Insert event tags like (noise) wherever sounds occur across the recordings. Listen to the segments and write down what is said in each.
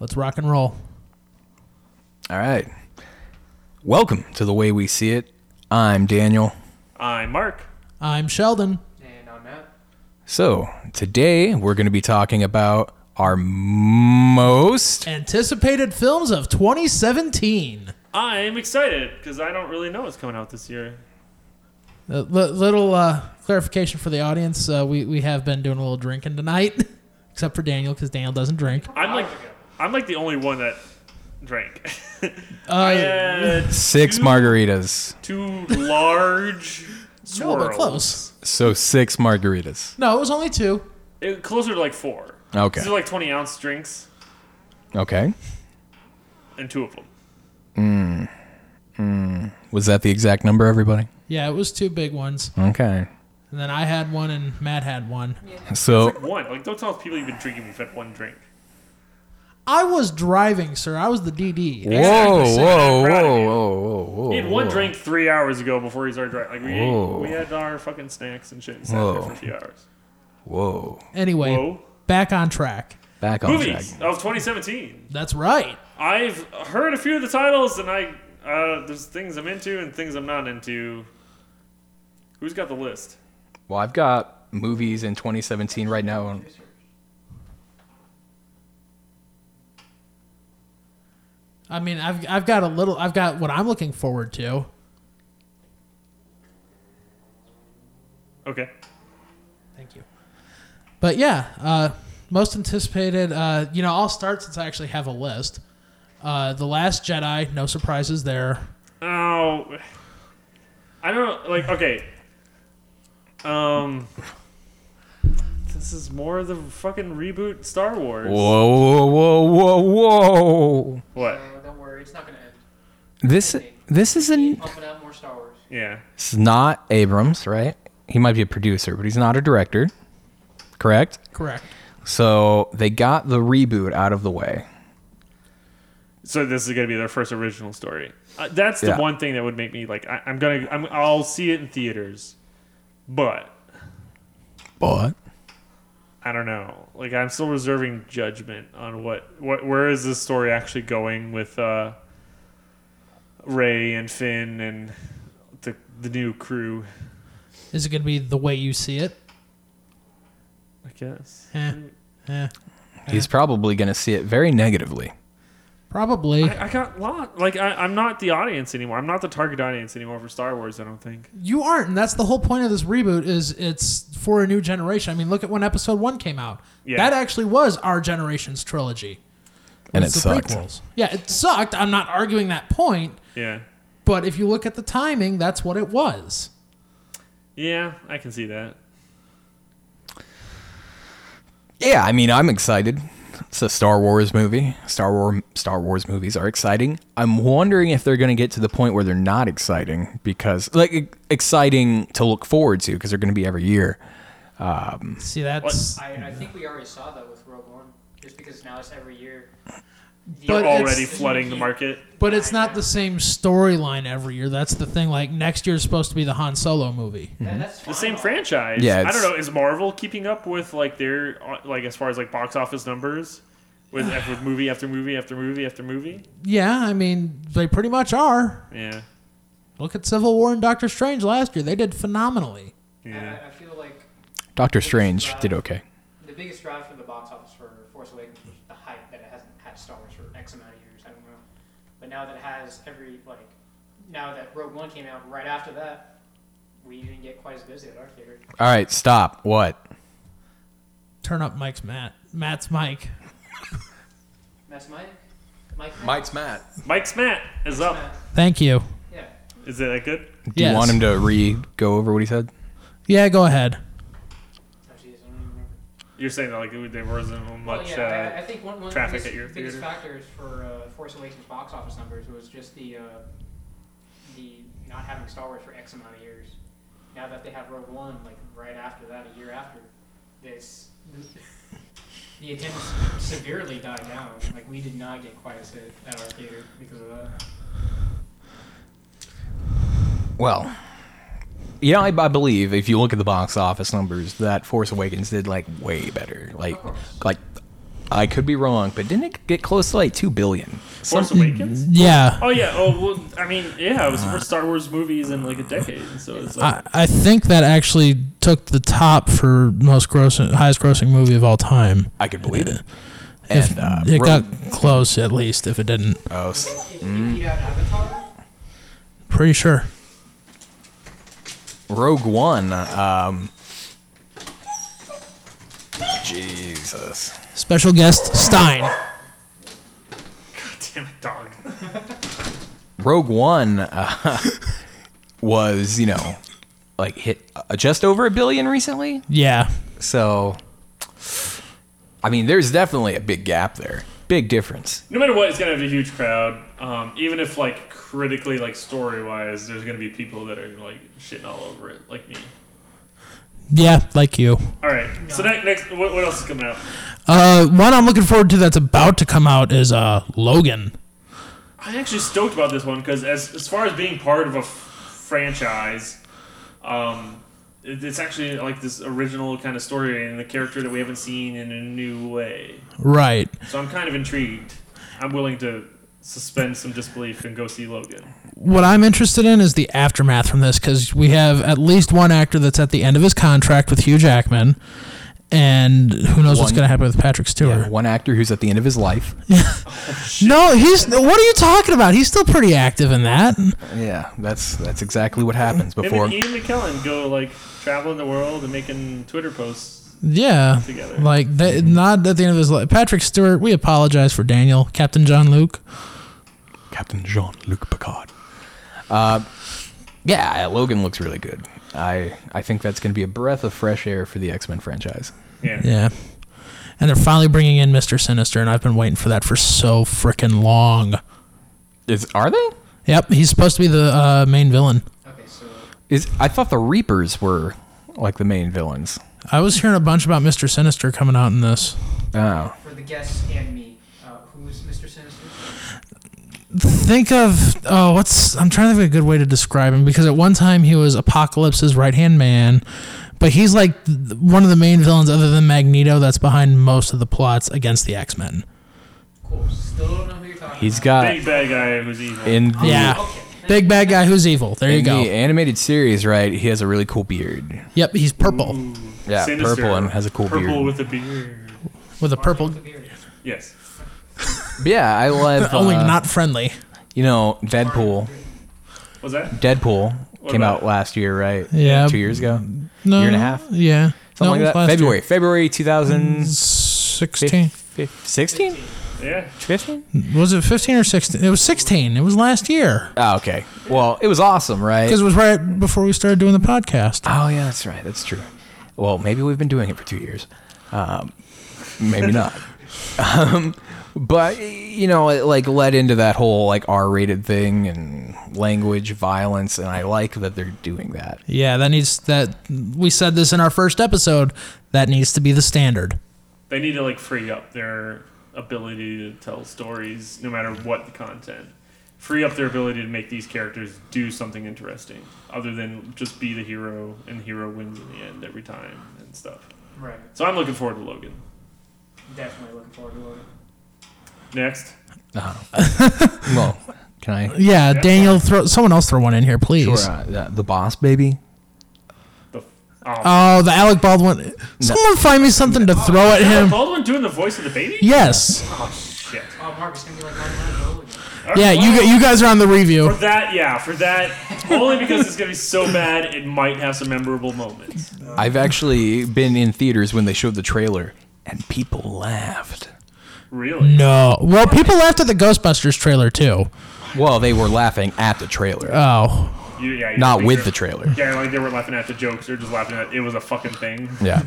Let's rock and roll. All right. Welcome to The Way We See It. I'm Daniel. I'm Mark. I'm Sheldon. And I'm Matt. So, today we're going to be talking about our most. Anticipated films of 2017. I'm excited because I don't really know what's coming out this year. A li- little uh, clarification for the audience: uh, we we have been doing a little drinking tonight, (laughs) except for Daniel because Daniel doesn't drink. I'm like, I'm like the only one that drank. (laughs) I Uh, had Six two- margaritas. (laughs) Two large no, swirls. but close. So, six margaritas. No, it was only two. It- closer to like four. Okay. These are like 20 ounce drinks, Okay. and two of them. Was that the exact number, everybody? Yeah, it was two big ones, Okay. and then I had one and Matt had one. So, One. Like, don't tell people you've been drinking. You've had one drink. I was driving, sir. I was the DD. whoa, whoa, I'm proud of whoa, whoa, you. whoa, whoa. He had one drink three hours ago before he started drinking. Like we, Whoa. ate, we had our fucking snacks and shit. And sat there Whoa. for a few hours. Whoa. Anyway, Whoa. back on track. Back on Movies track. of 2017. That's right. I've heard a few of the titles, and I uh, there's things I'm into and things I'm not into. Who's got the list? Well, I've got movies in 2017 right now. on- I mean, I've I've got a little. I've got what I'm looking forward to. Okay, Thank you. But yeah, uh, most anticipated. Uh, you know, I'll start since I actually have a list. Uh, the Last Jedi, no surprises there. oh, I don't like. Okay, um, this is more the fucking reboot Star Wars. Whoa, whoa, whoa, whoa, whoa. What? No, don't worry, it's not gonna end. This this Keep isn't pumping out more Star Wars. Yeah, it's not Abrams, right? He might be a producer, but he's not a director. Correct? Correct. So they got the reboot out of the way. so this is gonna be their first original story. Uh, that's the Yeah. one thing that would make me like. I, I'm gonna. I'm, I'll see it in theaters, but But I don't know. Like I'm still reserving judgment on what what where is this story actually going with uh Ray and Finn and the the new crew, Is it going to be the way you see it? I guess. Eh, eh. he's probably going to see it very negatively. Probably. I, I got lost. Like I, I'm not the audience anymore. I'm not the target audience anymore for Star Wars. I don't think. you aren't, and that's the whole point of this reboot. Is it's for a new generation. I mean, look at when Episode One came out. Yeah. That actually was our generation's trilogy. And it It's the sucked. prequels. Yeah, it sucked. I'm not arguing that point, Yeah, but if you look at the timing, that's what it was. yeah, I can see that. Yeah, I mean, I'm excited. It's a Star Wars movie. Star War Star Wars movies are exciting. I'm wondering if they're going to get to the point where they're not exciting because like e- exciting to look forward to because they're going to be every year. See, that's I, I Mm-hmm. think we already saw that with Rogue One, just because now it's every year. The- But They're it's- already flooding the market. But it's not the same storyline every year. That's the thing. Like next year's supposed to be the Han Solo movie. That- that's Mm-hmm. The fine. same franchise. Yeah, I it's- don't know. Is Marvel keeping up with like their uh, like as far as like box office numbers (sighs) with with movie after movie after movie after movie? Yeah, I mean they pretty much are. Yeah. Look at Civil War and Doctor Strange last year. They did phenomenally. Yeah. I, I feel like Doctor Strange did okay. the biggest drive for the box office for Force Awakens was the hype that it hasn't had Star Wars for X amount of years. I don't know, but now that it has every like, now that Rogue One came out right after that, we didn't get quite as busy at our theater. All right, stop. What? Turn up Mike's Matt. Matt's Mike. That's Mike. Mike. Mike's Matt. Mike's Matt is up. Matt. Thank you. Yeah. Is that good? Do Yes. you want him to re go over what he said? Yeah, go ahead. Oh, geez, I don't even remember. You're saying that like there wasn't Well, much. yeah, I, I uh, think one, one traffic of the at your biggest, biggest theater. factors for uh, Force Awakens box office numbers was just the uh, the not having Star Wars for X amount of years. Now that they have Rogue One, like right after that, a year after, this the attendance severely died down. Like we did not get quite as hit at our theater because of that. Well, you know, I, I believe if you look at the box office numbers, that Force Awakens did like way better, like course. like I could be wrong, but didn't it get close to like two billion? Force Awakens. Yeah. Oh yeah. Oh well. I mean, yeah. It was the first Star Wars movies in like a decade, so it's like I, I think that actually took the top for most gross, highest grossing movie of all time. I could believe it. If- And uh, it Rogue- got close, at least. If it didn't, oh, s- If you Mm. beat out Avatar, pretty sure. Rogue One. Um, Jesus. Special guest Stein. (laughs) damn it, dog. Rogue One uh, (laughs) was, you know, like hit uh, just over a billion recently. Yeah. So, I mean, there's definitely a big gap there. Big difference. No matter what, it's gonna have a huge crowd. Um, even if like critically, like story wise, there's gonna be people that are like shitting all over it, like me. Yeah, like you. All right. So next, next, what, what else is coming out? Uh, one I'm looking forward to that's about to come out is uh Logan. I'm actually stoked about this one because as as far as being part of a f- franchise, um, it, it's actually like this original kind of story and the character that we haven't seen in a new way. Right. So I'm kind of intrigued. I'm willing to suspend some disbelief and go see Logan. What I'm interested in is the aftermath from this because we have at least one actor that's at the end of his contract with Hugh Jackman, and who knows what's One- going to happen with Patrick Stewart. One actor who's at the end of his life. No, he's. What are you talking about? He's still pretty active in that. Yeah, that's that's exactly what happens Maybe before. Ian McKellen go like traveling the world and making Twitter posts. Yeah. Together. Like that. Not at the end of his life. Patrick Stewart. We apologize for Daniel, Captain John Luke. Captain Jean Luc Picard. Uh, yeah, Logan looks really good. I I think that's going to be a breath of fresh air for the X Men franchise. Yeah. Yeah. And they're finally bringing in Mister Sinister, and I've been waiting for that for so freaking long. Is are they? Yep, he's supposed to be the uh, main villain. okay, so Is I thought the Reapers were like the main villains. I was hearing a bunch about Mister Sinister coming out in this. Oh, for the guests and me, uh, who's Mr. Sinister? Think of oh, what's I'm trying to think of a good way to describe him because at one time he was Apocalypse's right hand man, but he's like th- one of the main villains other than Magneto that's behind most of the plots against the X Men. Cool. Still don't know who you're talking he's about. got Big bad guy who's evil. in the Yeah. Okay. Big bad guy who's evil. There you in go. the animated series, right? He has a really cool beard. Yep, he's purple Ooh, Yeah, sinister. purple and has a cool purple beard. with a beard. with a purple, With a beard. Yes. Yeah, I love. (laughs) only uh, not friendly. You know, Deadpool. Was that? Deadpool What came about- out last year, right? Yeah. two years ago, something No, year and a half? Yeah, No, it like was that. last year. February, February 2016, sixteen. 16, Yeah. 15. Was it fifteen or sixteen? It was sixteen. It was last year. Oh, okay. Well, it was awesome, right? Because it was right before we started doing the podcast. Oh yeah, that's right. That's true. Well, maybe we've been doing it for two years. Um, maybe not. (laughs) Um, but you know, it like led into that whole like R-rated thing and language, violence, and I like that they're doing that. Yeah, that needs that. We said this in our first episode. That needs to be the standard. They need to like free up their ability to tell stories, no matter what the content. Free up their ability to make these characters do something interesting, other than just be the hero and the hero wins in the end every time and stuff. Right. So I'm looking forward to Logan. Definitely looking forward to Logan. Next, Well, can I? Yeah, Yeah. Daniel, throw someone else throw one in here, please. Sure. Uh, the, the boss baby. the um, Oh, the Alec Baldwin. Someone find me something to throw at (laughs) him. Baldwin doing the voice of the baby. Yes. Oh shit. Oh, Mark, it's gonna be like Martin Logan. All right, Yeah, you well, gu- you guys are on the For review. that, yeah, for that, only because it's gonna be so bad, it might have some memorable moments. I've actually been in theaters when they showed the trailer, and people laughed. Really? No. Well, people laughed at the Ghostbusters trailer too. Well, they were laughing at the trailer, Oh, You, yeah, you not think with they're- the trailer. Yeah, like they were laughing at the jokes. They're just laughing at it was a fucking thing. Yeah.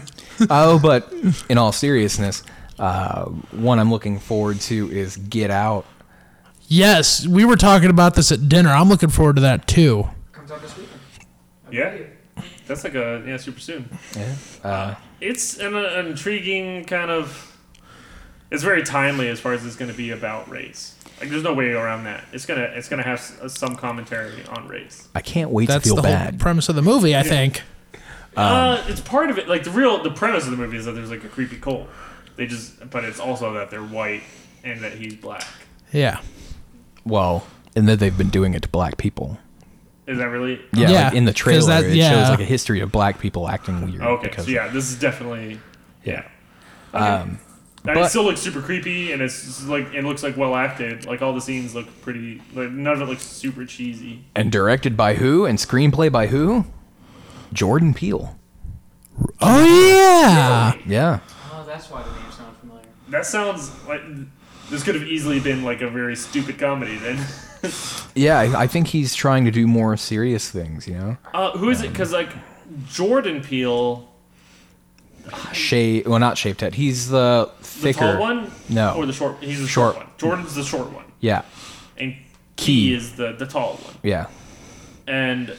oh, but in all seriousness, uh, one I'm looking forward to is Get Out. yes. We were talking about this at dinner. I'm looking forward to that too. Comes out this weekend. I Yeah. believe it. That's like a yeah, super soon. Yeah. Uh, It's an, uh, intriguing kind of. It's very timely as far as it's going to be about race. Like, there's no way around that. It's gonna it's gonna have s- uh, some commentary on race. I can't wait That's to the feel whole bad. premise of the movie, I think. Um, uh, it's part of it. Like the real the premise of the movie is that there's like a creepy cult They just, but it's also that they're white and that he's black. Yeah. Well, and that they've been doing it to black people. Is that really? Yeah, Yeah, like in the 'cause trailer, that- it yeah. shows like a history of black people acting weird. Okay, because so yeah, this is definitely yeah. Um, And but- it still looks super creepy, and it's like it looks like well acted. Like all the scenes look pretty. Like none of it looks super cheesy. and directed by who? And screenplay by who? Jordan Peele. Oh yeah. Yeah. Oh, that's why the name sounds familiar. That sounds like this could have easily been like a very stupid comedy. Then, Yeah, I, I think he's trying to do more serious things, you know? (laughs) uh, who is it? Because like Jordan Peele, Shape, well, not shaved head. He's the the thicker. tall one, No. or the short. He's the Short. short, one. Jordan's the short one, Yeah, and Key. Key is the the tall one. yeah. And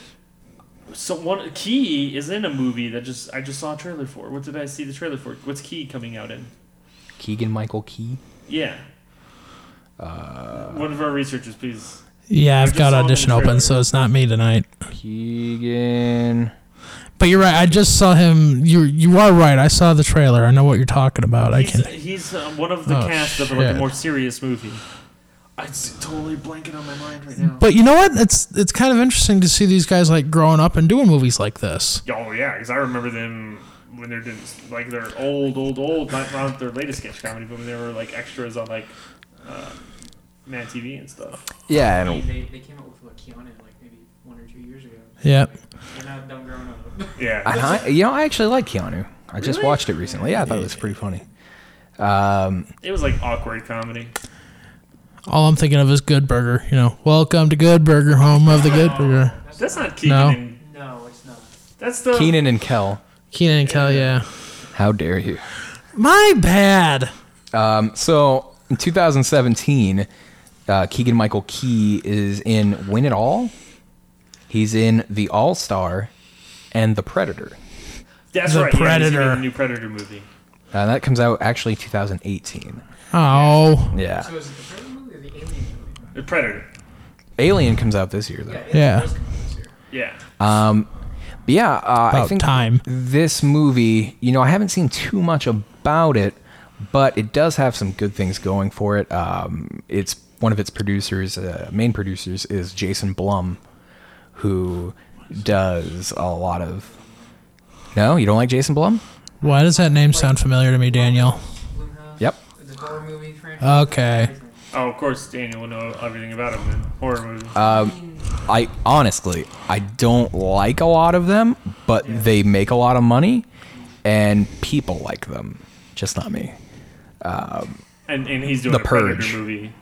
so one Key is in a movie that just I just saw a trailer for. What did I see the trailer for? What's Key coming out in? Keegan Michael Key. Yeah. Uh, One of our researchers, please. Yeah, I've just got saw it in the audition open, trailer. so it's not me tonight. Keegan. But you're right. I just saw him. You you are right. I saw the trailer. I know what you're talking about. I He's, can. he's um, one of the Oh, cast of like shit. a more serious movie. It's totally blanking on my mind right now. But you know what? It's it's kind of interesting to see these guys like growing up and doing movies like this. Oh yeah, because I remember them when they're doing like their old, old, old, not, not their latest sketch comedy, but when they were like extras on like uh, Mad TV and stuff. Yeah, I mean, and they, they came up with what Keanu like maybe one or two years ago. Yeah. They're not dumb grown up. (laughs) Yeah, and I, you know, I actually like Keanu. I just Really? watched it recently. Yeah, I thought it was pretty funny. Um, it was like awkward comedy. All I'm thinking of is Good Burger. You know, welcome to Good Burger, home of the Good Burger. That's not Keegan. No. And, No, it's not. that's the Keenan and Kel. Keenan and Kel, yeah. How dare you? My bad. Um, so in 2017, uh, Keegan Michael Key is in Win It All. He's in The All Star and The Predator. that's the right. yeah, he's in Predator. the new Predator movie. Uh, that comes out actually 2018. Oh, Yeah. So is it the Predator movie or the Alien movie? The Predator. Alien comes out this year, though. Alien Yeah. does come out this year. Yeah. Um, but yeah, uh, I About think time. this movie, you know, I haven't seen too much about it, but it does have some good things going for it. Um, it's one of its producers, uh, main producers, is Jason Blum, who does a lot of. No, you don't like Jason Blum? why does that name sound familiar to me, Daniel? Blumhouse. Yep. It's a horror movie franchise. Okay. Oh, of course, Daniel will know everything about him in horror movies. Uh, Um, I honestly, I don't like a lot of them, but they make a lot of money, and people like them, just not me. and, and he's doing The a Predator Purge. movie.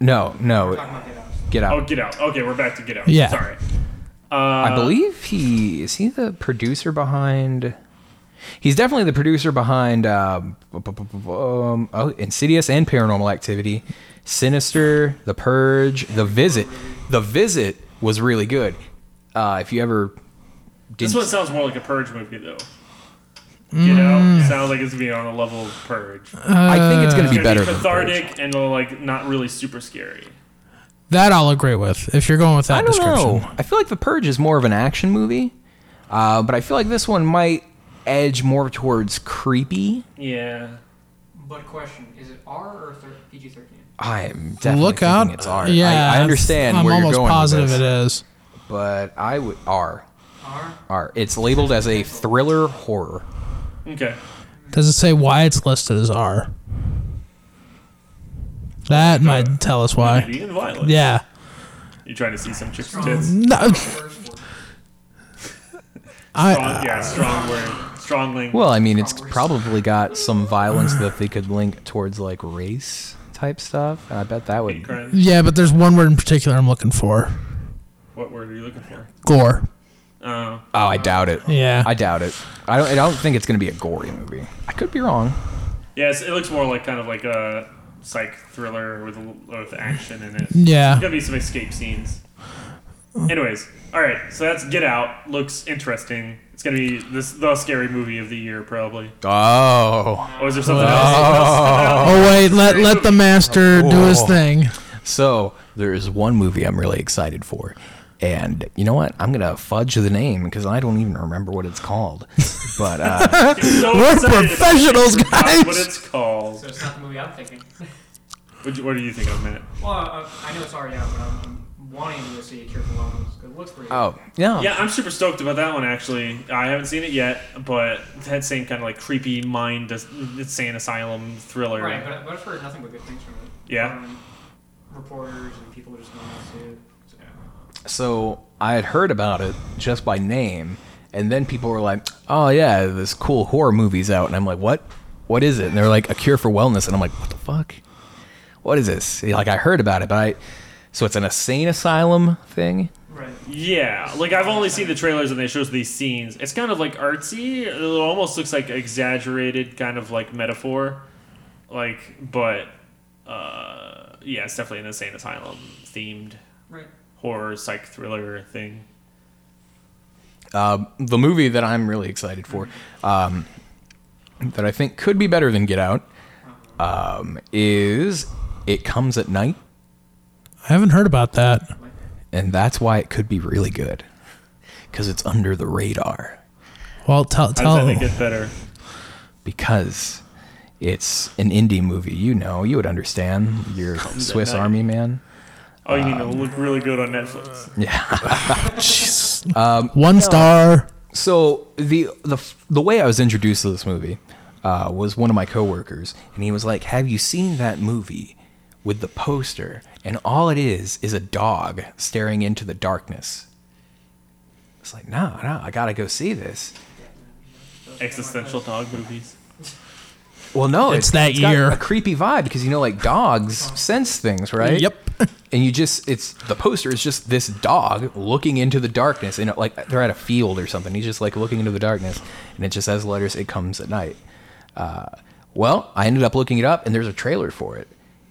No, no, Talking about Get Out. get out. Oh, Get Out. Okay, we're back to Get Out. Yeah. Sorry. Uh, I believe he is he the producer behind. He's definitely the producer behind um, bu- bu- bu- bu- um, oh, Insidious and Paranormal Activity, Sinister, The Purge, The Visit. The Visit was really good. Uh, if you ever This didn't, one sounds more like a Purge movie, though. You know, sounds like it's gonna be on the level of Purge. It's I think it's going to Mm. be gonna better. be than Purge. cathartic and like not really super scary. That I'll agree with if you're going with that I don't description. know. I feel like The Purge is more of an action movie, uh, but I feel like this one might edge more towards creepy. Yeah. But question: Is it R or thir- PG-13? I am definitely Look thinking out. It's R. Yeah. I, I understand I'm where almost you're going positive with this, it is. but I would R R. R. It's labeled as a thriller horror. Okay. Does it say why it's listed as R? That might tell us why. Nudity and violence. Yeah. You trying to see some chick's (laughs) tits? No, First one. I, Strong, yeah, strong word, strong language. Well, I mean, it's Horror. probably got some violence that they could link towards like race type stuff. And I bet that Hate would. crimes. yeah, but there's one word in particular I'm looking for. What word are you looking for? Gore. Oh, Oh, I doubt it. Yeah. I doubt it. I don't. I don't think it's going to be a gory movie. I could be wrong. yes. It looks more like kind of like a psych thriller with a little with action in it. There's yeah. gonna be some escape scenes. Anyways, all right. So that's Get Out. Looks interesting. It's gonna be this the scary movie of the year probably. Oh. Oh, is there something else? Oh wait, let let the master do his thing. So there is one movie I'm really excited for. And you know what? I'm gonna fudge the name because I don't even remember what it's called. But uh, So We're excited about professionals, it. That's What guys. it's called? So it's not the movie I'm thinking. (laughs) What do you, what do you think of Matt? Well, I, I know it's already out, but I'm, I'm wanting to go see Cheerful Longhorns 'cause it looks pretty. good. oh no, Yeah, I'm super stoked about that one. Actually, I haven't seen it yet, but that same kind of like creepy mind as- insane asylum thriller. Right, but, but I've heard nothing but good things from it. Yeah. From reporters and people who just going to see it. So, So I had heard about it just by name, and then people were like, "Oh yeah, this cool horror movie's out," and I'm like, "What? What is it?" And they're like, "A Cure for Wellness," and I'm like, "What the fuck? What is this?" Like I heard about it, but I so it's an insane asylum thing. right. Yeah, like I've only seen the trailers and they shows these scenes. It's kind of like artsy. It almost looks like exaggerated kind of like metaphor, like but uh, yeah, it's definitely an insane asylum themed Right. horror psych thriller thing. Uh, the movie that I'm really excited for, um, that I think could be better than Get Out, um, is It Comes at Night, I haven't heard about that. and that's why it could be really good, because it's under the radar. Well, tell How does that tell make it better? because it's an indie movie. You know, you would understand. You're Swiss night. Army Man. (laughs) Oh, you mean it'll look really good on Netflix? one star. So the the the way I was introduced to this movie uh, was one of my coworkers, and he was like, "Have you seen that movie with the poster? And all it is is a dog staring into the darkness." It's like, no, no, I gotta go see this. Existential dog movies. Well, no, It's that got year. Oh. a creepy vibe because you know, like dogs sense things, right? Yep. (laughs) And you just, it's the poster is just this dog looking into the darkness, and like they're at a field or something. He's just like looking into the darkness, and it just has letters. It comes at night. Uh, well, I ended up looking it up, and there's a trailer for it,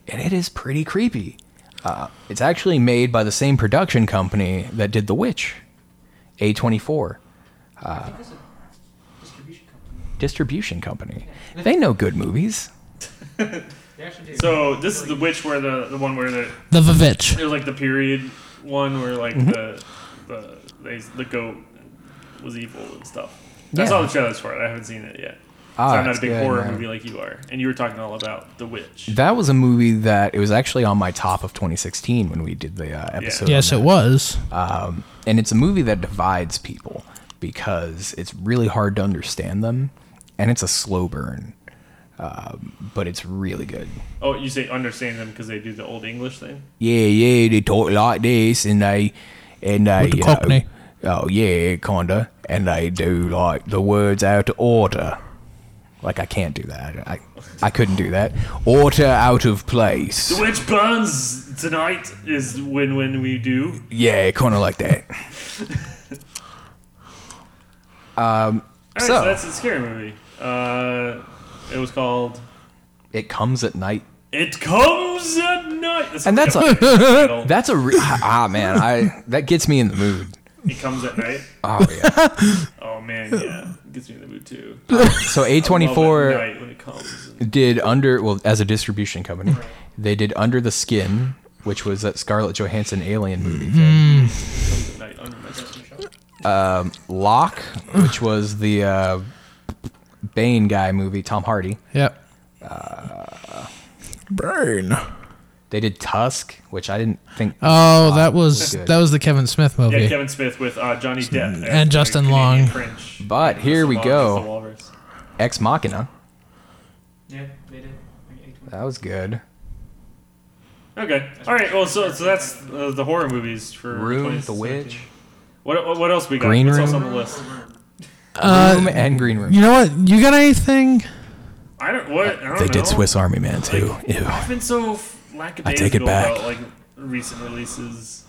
and it is pretty creepy. Uh, it's actually made by the same production company that did The Witch, A24 I think that's a distribution company. distribution company. They know good movies. They actually do. So this is the witch where the the one where the The Vivitch. it was like the period one where like Mm-hmm. the the they, the goat was evil and stuff. I Yeah. saw the trailers for it. I haven't seen it yet. Ah, so I'm not it's a big good, horror man. movie like you are. And you were talking all about the witch. That was a movie that it was actually on my top of 2016 when we did the uh, episode. Yes, it on was. that. and it's a movie that divides people because it's really hard to understand them, and it's a slow burn, um, but it's really good. Oh, you say understand them because they do the old English thing. Yeah, yeah, they talk like this, and they and they With the you Cockney. know, oh yeah, kinda, and they do like the words out of order. Like I can't do that. I I couldn't do that. Order out of place. The witch burns tonight is when when we do. Yeah, kind of like that. All right, so, So- that's a scary movie. Uh, it was called It comes at night. It Comes at Night. (laughs) And that's a a- (laughs) title. That's a re- ah man. I that gets me in the mood. It Comes at Night. Oh yeah. Oh man, yeah, gets me in the mood too. So A twenty Love four at night when it comes. did under well as a distribution company, they did Under the Skin, which was that Scarlett Johansson alien movie. Thing. at night under my skin. Lock, which was the uh, Bane guy movie, Tom Hardy. Yep. Burn. They did Tusk, which I didn't think. Oh, that was good. that was the Kevin Smith movie. Yeah, Kevin Smith with uh, Johnny Depp as And the Justin Canadian Long. French. But here we Justin Long as the go. walrus. Ex Machina. yeah, they did. Like, 820. That was good. Okay. All right. Well, so so that's uh, the horror movies for Room, The 2017. Witch, What what- what else we got? Green What's Room. else on the list? Room and Green Room. Uh, You know what? You got anything? I don't. What I don't They know. did Swiss Army Man too. Ew. I've been so f- lackadaisical I take it back. about like recent releases.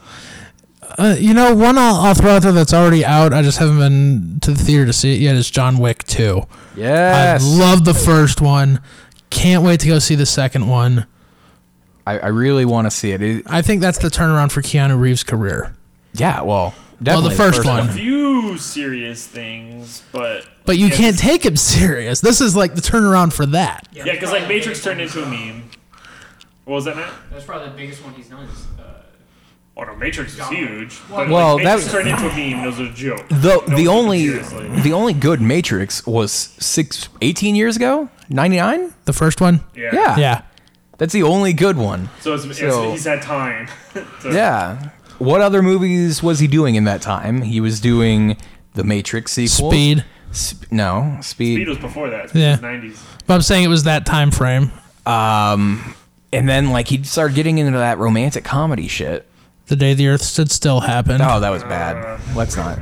Uh, you know, one I'll, I'll throw out there that's already out. I just haven't been to the theater to see it yet. Is John Wick Two? Yes. I loved the first one. Can't wait to go see the second one. I, I really want to see it. It- I think that's the turnaround for Keanu Reeves' career. Yeah, well, Well, definitely the first, one. A few serious things, but But you Yeah, can't take him (laughs) serious. This is like the turnaround for that. Yeah, because like Matrix turned into a meme. What was that, Matt? That's probably the biggest one he's done. Is, uh, Oh no, Matrix is huge. But Well, like, Matrix that- turned into a meme. It was a joke. The No one took the it only seriously. the only good Matrix was six, 18 years ago, ninety nine. The first one? yeah. Yeah. Yeah. That's the only good one. So, it's, it's, So- he's had time. (laughs) to, Yeah. What other movies was he doing in that time? He was doing the Matrix sequel. Speed. Sp- no, Speed. Speed was before that. Yeah. Yeah. Nineties. But I'm saying it was that time frame. And then like he started getting into that romantic comedy shit. The day the Earth stood still happened. Oh, that was Uh, bad. Let's not.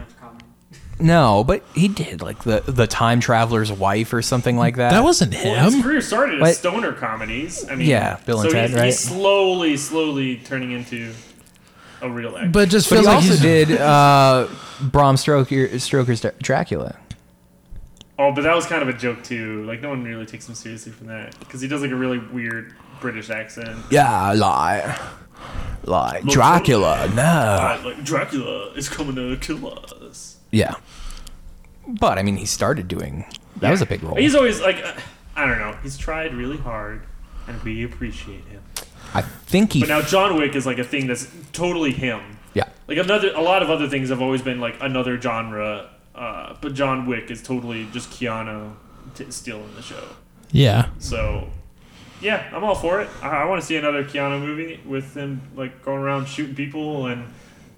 No, but he did like the the time traveler's wife or something like that. That wasn't Well, his him. career started What? as stoner comedies. I mean, Yeah, Bill and so Ted, he's, right? He's slowly, slowly turning into a real actor. But it just But feels he like also he's- did uh, Bram Stoker, Stoker's Dra- Dracula. oh, but that was kind of a joke too. Like no one really takes him seriously from that because he does like a really weird British accent. Yeah, lie, lie. Dracula, no. But, like Dracula is coming to kill us. Yeah, but I mean, he started doing. That was a big role. He's always like, uh, I don't know. He's tried really hard, and we appreciate him. I think he. But now John Wick is like a thing that's totally him. yeah, Like another, a lot of other things have always been like another genre, uh, but John Wick is totally just Keanu t- still in the show. Yeah. So, yeah, I'm all for it. I, I want to see another Keanu movie with him like going around shooting people and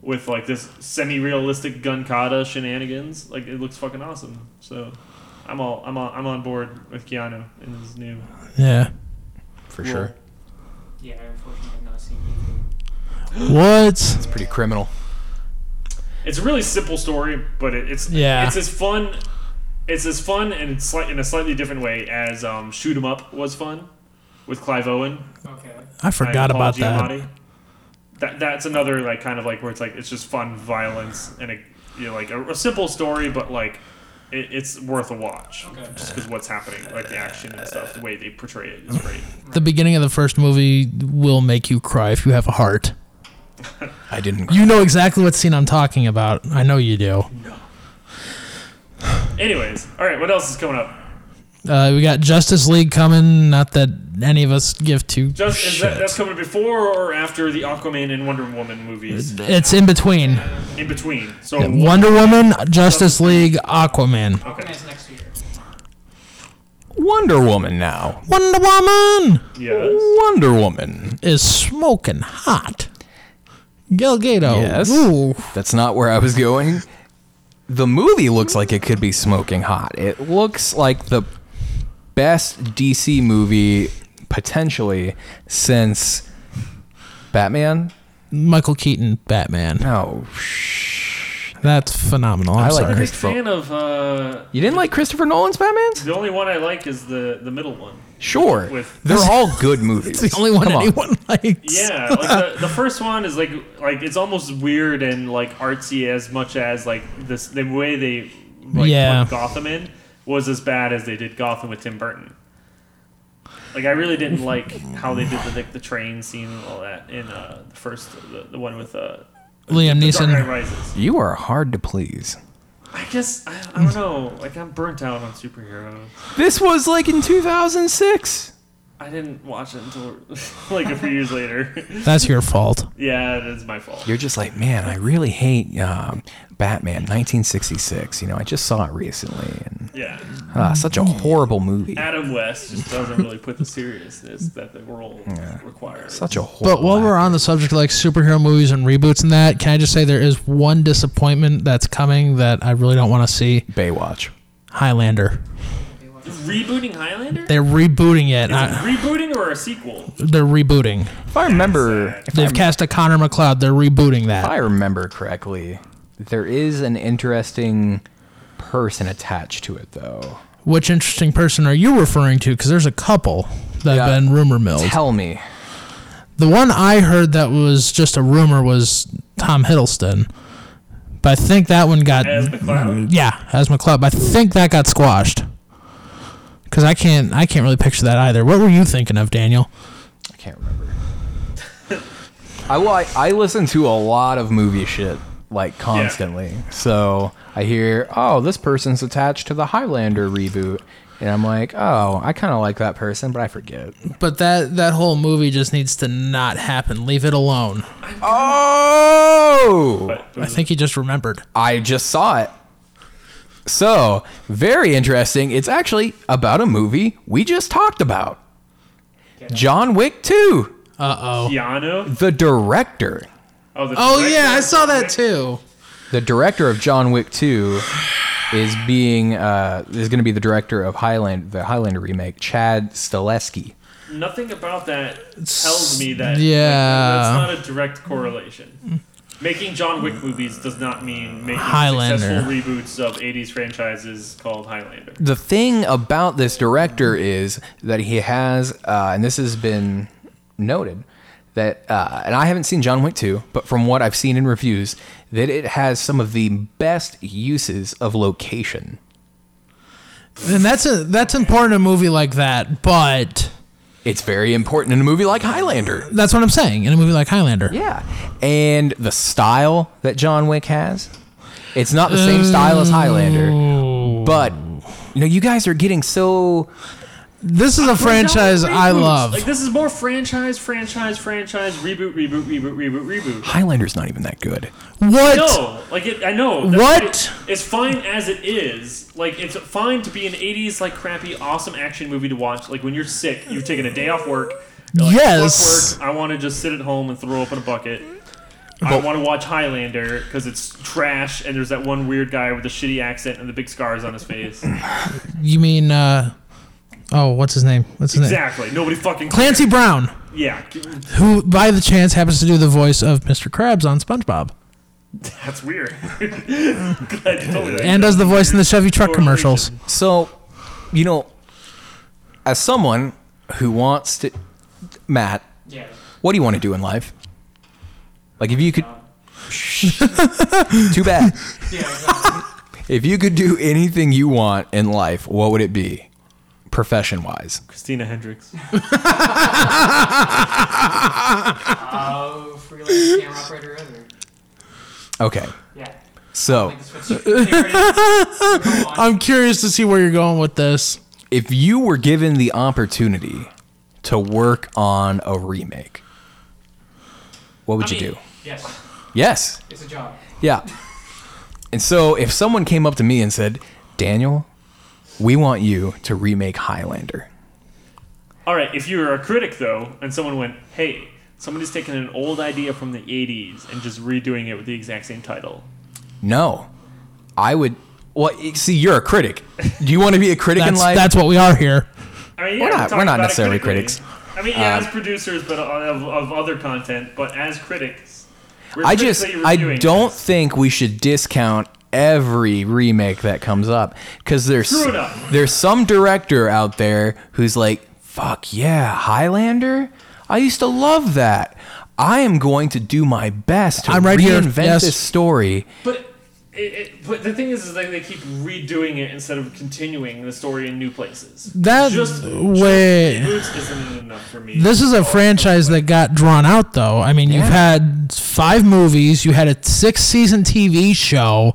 with like this semi-realistic gun kata shenanigans. Like it looks fucking awesome. So, I'm all I'm all, I'm on board with Keanu in his new. Yeah. for Well, sure. Yeah, unfortunately, I've not seen anything. What? It's pretty criminal. It's a really simple story, but it, it's Yeah. it's as fun. It's as fun and slight in a slightly different way as um, Shoot 'Em Up was fun with Clive Owen. Okay. I forgot by Paul about that. Giamatti. That that's another like kind of like where it's like it's just fun violence and a you know, like a, a simple story, but like it, it's worth a watch Okay. just because what's happening, like the action and stuff, the way they portray it is (laughs) great. The beginning of the first movie will make you cry if you have a heart. (laughs) I didn't. You know exactly what scene I'm talking about. I know you do. Anyways, all right, what else is coming up? Uh, we got Justice League coming. Not that any of us give two Just is shit. that, that's coming before or after the Aquaman and Wonder Woman movies it's in between. in between. So Wonder Woman, Justice League, Aquaman. Aquaman's next year. Wonder Woman now. Wonder Woman yes, Wonder Woman. is smoking hot. Gal Gadot. Yes. Ooh. That's not where I was going. The movie looks like it could be smoking hot. It looks like the best DC movie potentially since Batman. Oh, Michael Keaton, Batman. No, shh. That's phenomenal. I'm I like sorry. big Chris- fan of uh, You didn't like Christopher Nolan's Batman's? the only one I like is the the middle one. Sure. With- They're all good movies. It's the only one Come on. anyone likes. Yeah, like (laughs) the, the first one is like like it's almost weird and like artsy as much as like this the way they like Yeah. put Gotham in was as bad as they did Gotham with Tim Burton. Like I really didn't like how they did the like, the train scene and all that in uh, the first the, the one with uh, Liam Dark Knight Neeson. Rises. You are hard to please. I guess I, Mm. I don't know. Like I'm burnt out on superheroes. This was like in 2006. I didn't watch it until (laughs) like a few years later. (laughs) That's your fault. yeah, it is my fault. You're just like, man, I really hate um, Batman 1966. You know, I just saw it recently, and Yeah. ah, such a horrible movie. Adam West just doesn't really put the seriousness that the role requires. Such a horrible. But while we're on the subject of like superhero movies and reboots and that, can I just say there is one disappointment that's coming that I really don't want to see? Baywatch, Highlander. rebooting Highlander? Is They're rebooting it. it I- rebooting or a sequel? they're rebooting. if I remember, if They've cast a Connor McLeod. They're rebooting I that. remember correctly, there is an interesting person attached to it, though. Which interesting person are you referring to? Because there's a couple that Yeah. have been rumor milled. Tell me, The one I heard that was just a rumor was Tom Hiddleston. But I think that one got As McCloud? yeah, as McLeod. But I think that got squashed. Cause I can't, I can't really picture that either. What were you thinking of, Daniel? I can't remember. (laughs) I, well, I I listen to a lot of movie shit like constantly, so I hear, oh, this person's attached to the Highlander reboot, And I'm like, oh, I kind of like that person, but I forget. But that that whole movie just needs to not happen. Leave it alone. Oh, But I think he just remembered. I just saw it. So, very interesting. It's actually about a movie we just talked about John Wick 2, Uh oh. Keanu. the director. Oh, the Oh director yeah, I saw that of- too. the director of John Wick 2 is being uh, is going to be the director of Highland the Highlander remake Chad Stileski. Nothing about that tells me that. Yeah. like, that's not a direct correlation. Making John Wick movies does not mean making Highlander. successful reboots of '80s franchises called Highlander. The thing about this director is that he has uh, and this has been noted that uh, and I haven't seen John Wick 2, but from what I've seen in reviews that it has some of the best uses of location. And that's a that's important in a movie like that, but It's very important in a movie like Highlander. that's what I'm saying in a movie like Highlander. Yeah. And the style that John Wick has, it's not the same style as Highlander, but you know, you guys are getting so This is a franchise Reboots. I love. Like this is more franchise, franchise, franchise, reboot, reboot, reboot, reboot, reboot. Highlander's not even that good. what? No, like it, I know. that's What? it- it's fine as it is. Like it's fine to be an '80s like crappy awesome action movie to watch. Like when you're sick, you've taken a day off work. you're like, Yes. "Fuck work, I want to just sit at home and throw up in a bucket. I want to watch Highlander because it's trash and there's that one weird guy with the shitty accent and the big scars on (laughs) his face. You mean uh Oh, what's his name? What's his name? exactly. Nobody fucking. Clancy Brown, yeah, who by the chance happens to do the voice of Mr. Krabs on SpongeBob that's weird. (laughs) Glad you told me that. and does the voice in the Chevy truck commercials. So, you know, as someone who wants to Matt, Yeah. what do you want to do in life? Like if you could (laughs) Shh. Too bad. Yeah. exactly. (laughs) If you could do anything you want in life, what would it be? Profession wise. Christina Hendricks. Oh, freelance camera operator other. Okay. Yeah. So, Like, that's what's- (laughs) Go on. I'm curious to see where you're going with this. if you were given the opportunity to work on a remake, what would I you mean, do? Yes, Yes. it's a job. Yeah. and so if someone came up to me and said, Daniel, we want you to remake Highlander. All right, if you were a critic though, and someone went, "Hey, somebody's taking an old idea from the '80s and just redoing it with the exact same title," No. I would. Well, y- see, you're a critic. Do you want to be a critic in That's life? that's what we are here. I mean, yeah, We're not- talking we're not about it necessarily critically. I mean, yeah, Uh, as producers, but of, of other content, but as critics, we're I just critically I reviewing don't this. think we should discount every remake that comes up because there's True enough. there's some director out there who's like fuck yeah Highlander I used to love that I am going to do my best to I'm right here, reinvent yes. this story But it, it, but the thing is, is like they keep redoing it instead of continuing the story in new places. That just way- just reboots isn't enough for me. This is a franchise that got drawn out, though. I mean, you've had five movies, you had a six season TV show.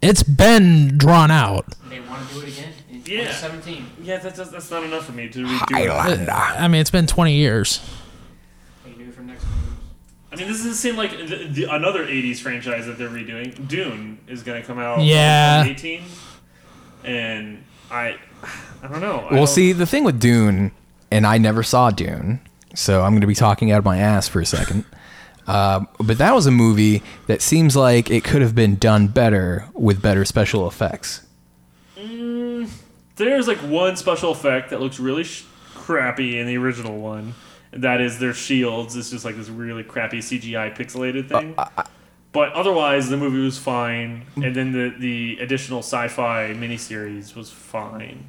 It's been drawn out. They want to do it again in Yeah. 2017. yeah, that's, that's that's not enough for me to redo. it. Highlander I mean, it's been 20 years. They do it (laughs) for next one. I mean, this doesn't seem like the, the, another '80s franchise that they're redoing. Dune is going to come out Yeah. in 2018, and I, I don't know. I Well don't- see the thing with Dune and I never saw Dune so I'm going to be talking out of my ass for a second (laughs) Uh, but that was a movie that seems like it could have been done better with better special effects. There's like one special effect that looks really sh- crappy in the original one. and That is their shields. It's just like this really crappy CGI pixelated Uh, thing. but otherwise, the movie was fine, Mm. and then the the additional sci-fi miniseries was fine.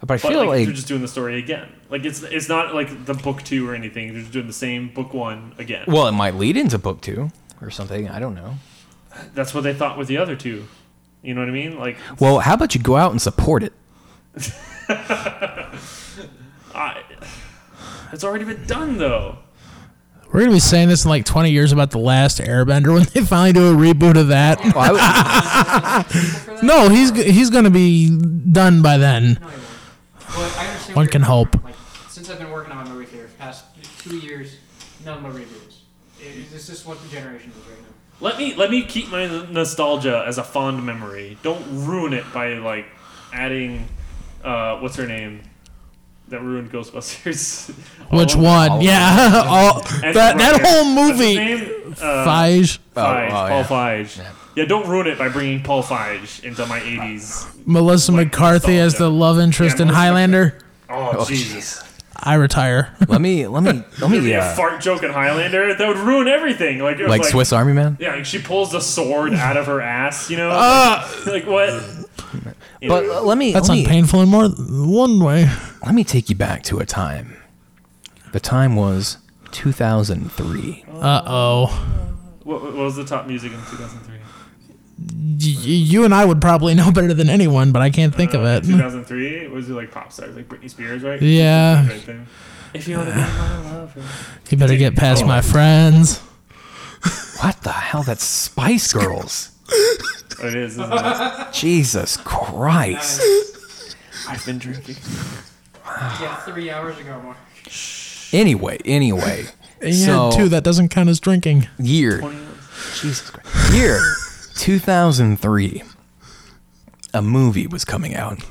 But I But feel like, like, they're just doing the story again. Like it's it's not like the book two or anything. They're just doing the same book one again. well, it might lead into book two or something. I don't know. That's what they thought with the other two. You know what I mean? Like Well, how about you go out and support it? I, it's already been done though. We're going to be saying this in like 20 years about The Last Airbender (laughs) when they finally do a reboot of (laughs) that. (laughs) Well, I, No, he's g- he's going to be done by then. No, they won't. But I understand One where can you're coming hope. from. Like, since I've been working on my movie theater for the past two years, none of my reboots. It, it's just what the generation is (sighs) right now. Let me let me keep my nostalgia as a fond memory. Don't ruin it by like adding uh, what's her name that ruined Ghostbusters. (laughs) Which All- one? all of yeah, (laughs) all and that that Ryan. whole What's his movie. name? Uh, Fige, Oh, Feige, oh, Paul yeah. Feige. Yeah. Yeah. don't ruin it by bringing Paul Feige into my 80s. Melissa like, McCarthy as nostalgia. the love interest Yeah, in Melissa Highlander. Oh, Oh, (laughs) Jesus. I retire. (laughs) Let me let me let It'd be me a uh, fart joke in Highlander. That would ruin everything. Like, it was like like Swiss Army Man. Yeah, like she pulls a sword out of her ass, you know? like, what? You But know, uh, let me That's let me, unpainful in more than one way. let me take you back to a time. The time was 2003. Uh oh. what, what was the top music in 2003? You and I would probably know better than anyone, but I can't think of Uh, it. 2003 was it like pop stars, like Britney Spears, right? Yeah. Right thing. If you want to be my lover. You better get past Oh. my friends. What the hell? That's Spice (laughs) Girls. Oh, it is, isn't it? Jesus Christ. I've been drinking. yeah, three hours ago, (laughs) Mark. Anyway, anyway. And yeah, So- too, that doesn't count as drinking. Year. Jesus Christ. Year 2003. A movie was coming out.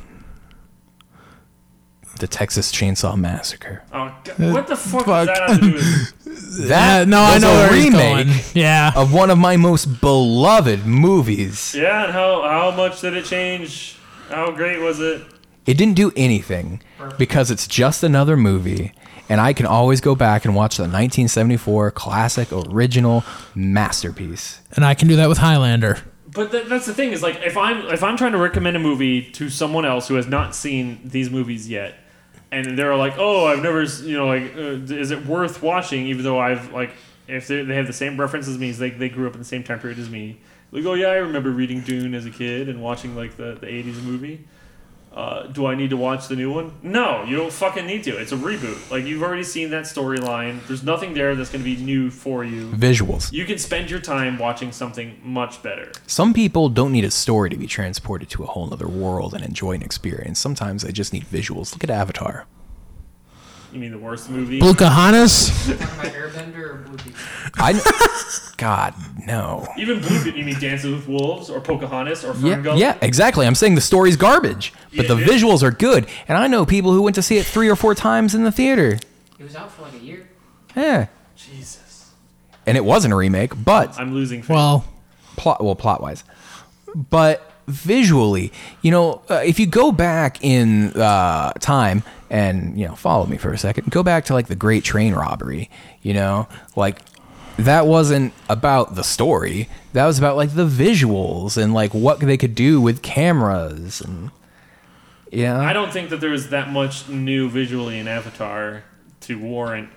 The Texas Chainsaw Massacre. Oh, God, what the fuck, Fuck. does that have to do with That Uh, no, I was know a where he's remake going. Yeah. of one of my most beloved movies. Yeah, and how, how much did it change? How great was it? It didn't do anything because it's just another movie, and I can always go back and watch the 1974 classic original masterpiece. And I can do that with Highlander. But th- that's the thing is like if I'm if I'm trying to recommend a movie to someone else who has not seen these movies yet, and they're like, oh, I've never, s- you know, like, uh, d- is it worth watching? Even though I've like, if they they have the same reference as me, is they they grew up in the same time period as me. Like, oh yeah, I remember reading Dune as a kid and watching like the the '80s movie. Uh, do I need to watch the new one? No, you don't fucking need to. It's a reboot. Like you've already seen that storyline. There's nothing there that's going to be new for you. Visuals. You can spend your time watching something much better. Some people don't need a story to be transported to a whole other world and enjoy an experience. Sometimes they just need visuals. Look at Avatar. You mean the worst movie? Blue Kahanas? Talking about Airbender or Blue Beetle? I (laughs) God no. Even Blue Beetle, you mean Dances with Wolves or Pocahontas or Yeah, Ferngully? yeah, exactly. I'm saying the story's garbage, but Yeah, the it is. visuals are good. And I know people who went to see it three or four times in the theater. It was out for like a year. Yeah. Jesus. And it wasn't a remake, but I'm losing faith. Well, plot well plot wise but visually you know uh, if you go back in uh, time and you know follow me for a second go back to like the great train robbery you know like that wasn't about the story that was about like the visuals and like what they could do with cameras and I yeah don't think that there was that much new visually in Avatar to warrant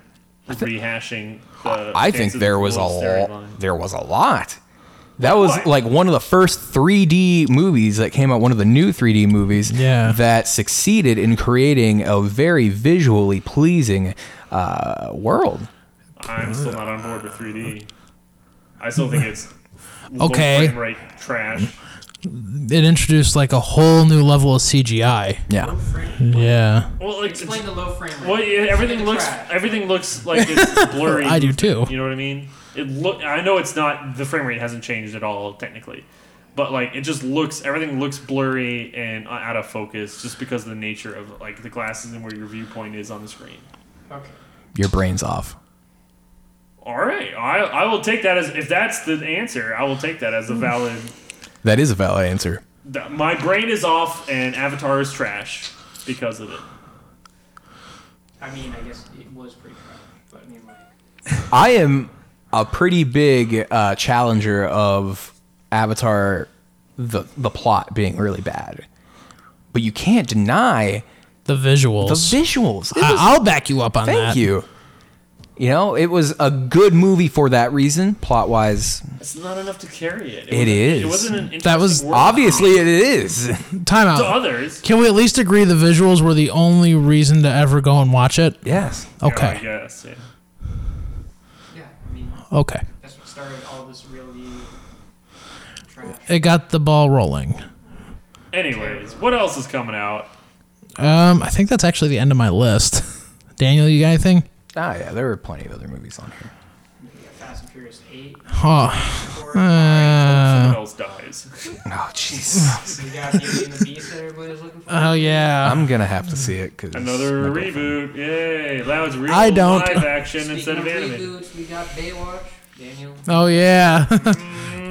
rehashing the i think Dances with there was a Wolves storyline. lot there was a lot that was what? like one of the first 3D movies that came out, one of the new 3D movies Yeah. that succeeded in creating a very visually pleasing uh, world. I'm still not on board with 3D. I still (laughs) think it's low Okay. frame rate trash. it introduced like a whole new level of CGI. Yeah. (laughs) Frame- Yeah. Well, like Explain the low frame rate. well, yeah, everything It's looks trash. everything looks like (laughs) it's blurry. I do too. You know what I mean? It look. I know it's not the frame rate hasn't changed at all technically, but like it just looks everything looks blurry and out of focus just because of the nature of like the glasses and where your viewpoint is on the screen. Okay. Your brain's off. All right, I I will take that as if that's the answer. I will take that Hmm. as a valid. That is a valid answer. th- My brain is off and Avatar is trash because of it. I mean, I guess it was pretty crowded, but I mean, like, I am a pretty big uh, challenger of Avatar, the, the plot being really bad. But you can't deny The the visuals. visuals. It I- was I'll back you up on Thank that. you. You know, it was a good movie for that reason, plot wise. It's not enough to carry it. It wasn't- is. It wasn't an interesting That was world Obviously, it is. (laughs) Time to out. others. Can we at least agree the visuals were the only reason to ever go and watch it? Yes. Okay. Yeah, I guess, yeah. yeah, I mean, Okay. that's what started all this really trash. It got the ball rolling. Anyways, what else is coming out? Um, I think that's actually the end of my list. (laughs) Daniel, you got anything? Ah, yeah, there were plenty of other movies on here. You got Fast and Furious (laughs) 8. Oh, Four, uh, Someone else dies. Oh, (laughs) jeez. You got Beauty and the Beast that everybody was looking for. Uh, oh yeah. I'm gonna have to see it because Another reboot. Yay. Lounge reboot. I don't- Live action Speaking instead of anime. reboots, we got Baywatch, Daniel. oh yeah. (laughs)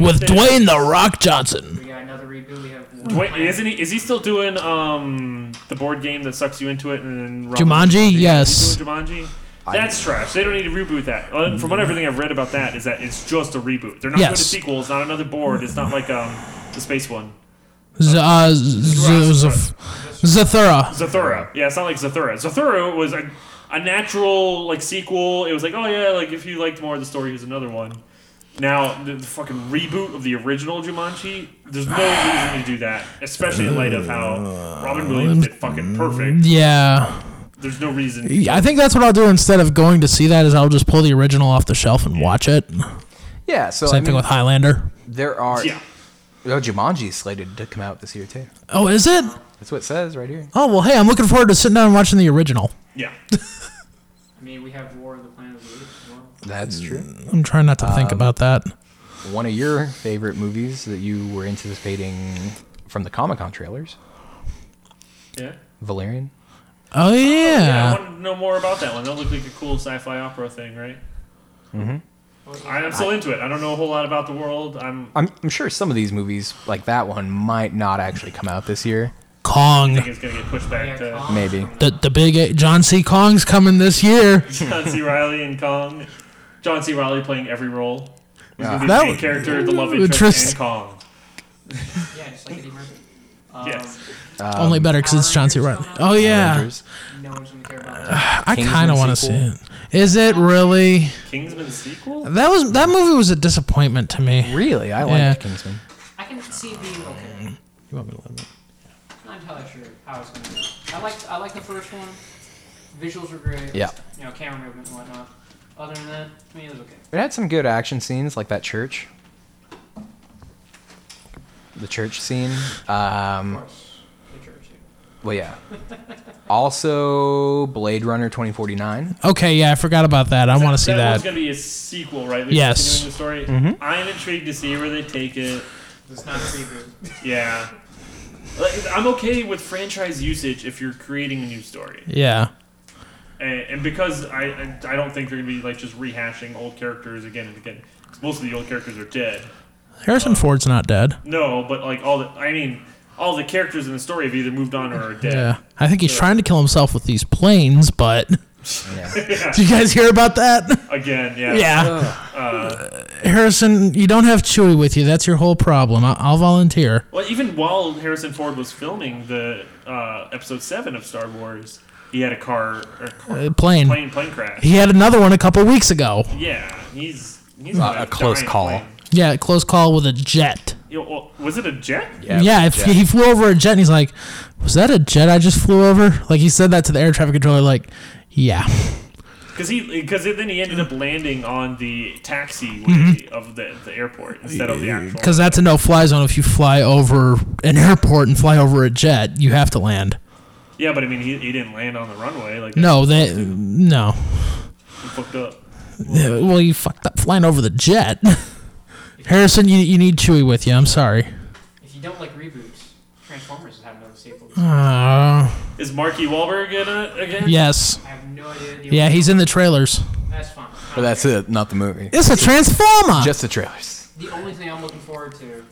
With Dwayne the Rock Johnson. We got another reboot. We have one Wait, plan. isn't he? Is he still doing um the board game that sucks you into it and then Jumanji? Yes. Mm-hmm. Is he doing Jumanji. That's trash. They don't need to reboot that. Uh, From what everything I've read about that is that it's just a reboot. They're not doing a Yes. sequel. It's not another board. It's not like um the space one. Z- uh, Z- Z- Z- Zathura. Zathura. Yeah, it's not like Zathura. Zathura was a, a natural like sequel. It was like, oh yeah, like if you liked more of the story, here's another one. Now the, the fucking reboot of the original Jumanji. There's no reason to do that, especially in light of how Robin Williams did fucking perfect. Yeah. There's no reason. Yeah, I think that's what I'll do instead of going to see that is I'll just pull the original off the shelf and watch it. Yeah, so I Same mean, thing with Highlander. there are. Yeah. Oh, Jumanji is slated to come out this year too. Oh, is it? That's what it says right here. Oh well, hey, I'm looking forward to sitting down and watching the original. Yeah. I mean, we have War of the Planet of the Apes. as well. That's true. I'm trying not to think about that. Hmm. One of your favorite movies that you were anticipating from the Comic Con trailers, Yeah. Valerian. Oh Yeah, I yeah. wanted to know more about that one. That looked like a cool sci-fi opera thing, right? Mm-hmm. I'm still into it. I don't know a whole lot about the world. I'm I'm, I'm sure some of these movies, like that one, might not actually come out this year. I think Kong. it's gonna get pushed back Yeah, to Kong. Maybe. The the big John C. Kong's coming this year. John C. Riley and Kong. John C. Riley playing every role. He's gonna be Ah. the That main would- character, the love Ooh, interest, interest- and Kong. Yeah, just like Eddie Murphy. Um, Yes. Only better because it's John C. Riley. Oh yeah. Avengers. No one's gonna (laughs) care about that. I Kingsman kind of want to see sequel. it. Is it really? Kingsman sequel? That was that movie was a disappointment to me. Really, I Yeah. liked Kingsman. I can see being okay. You want me to let me? I'm not entirely sure how it's gonna go. I liked I liked the first one. Visuals were great. Yeah. You know, camera movement and whatnot. Other than that, I mean, it was okay. It had some good action scenes, like that church. The church scene. Of Um, course, the church. yeah. well, yeah. Also, Blade Runner 2049. Okay, yeah, I forgot about that. I want to see one's that. gonna be a sequel, right? They're Yes. Mm-hmm. Continuing the story. I'm intrigued to see where they take it. It's not a reboot. Yeah. Like, I'm okay with franchise usage if you're creating a new story. Yeah. and, and because I, I I don't think they're gonna be like just rehashing old characters again and again. 'Cause most of the old characters are dead. Harrison Ford's not dead. No, but like all the I mean, all the characters in the story have either moved on or are dead. Yeah. I think he's trying to kill himself with these planes, but (laughs) Yeah. did you guys hear about that? Again, yeah. Yeah. Uh, Harrison, you don't have Chewie with you. That's your whole problem. I- I'll volunteer. Well, even while Harrison Ford was filming the uh, episode seven of Star Wars, he had a car, or car Uh, plane. plane plane crash. He had another one a couple weeks ago. Yeah, he's he's Uh, on a close giant call. plane. Yeah, close call with a jet. You know, well, was it a jet? Yeah, if he flew over a jet and he's like, "Was that a jet I just flew over?" Like he said that to the air traffic controller. Like, yeah, Because he, because then he ended up landing on the taxiway of the, the airport instead of the actual. because that's a no-fly zone. If you fly over an airport and fly over a jet, you have to land. Yeah, but I mean, he, he didn't land on the runway. Like No, they no. he fucked up. Yeah, Well, you fucked up flying over the jet. (laughs) Harrison, you, you need Chewie with you. I'm sorry. If you don't like reboots, Transformers has had another sequel. Uh, Is Marky Wahlberg in it again? yes. I have no idea. The Yeah, he's in the trailers. That's fine. But that's it, not the movie. It's a transformer. Just the trailers. The only thing I'm looking forward to.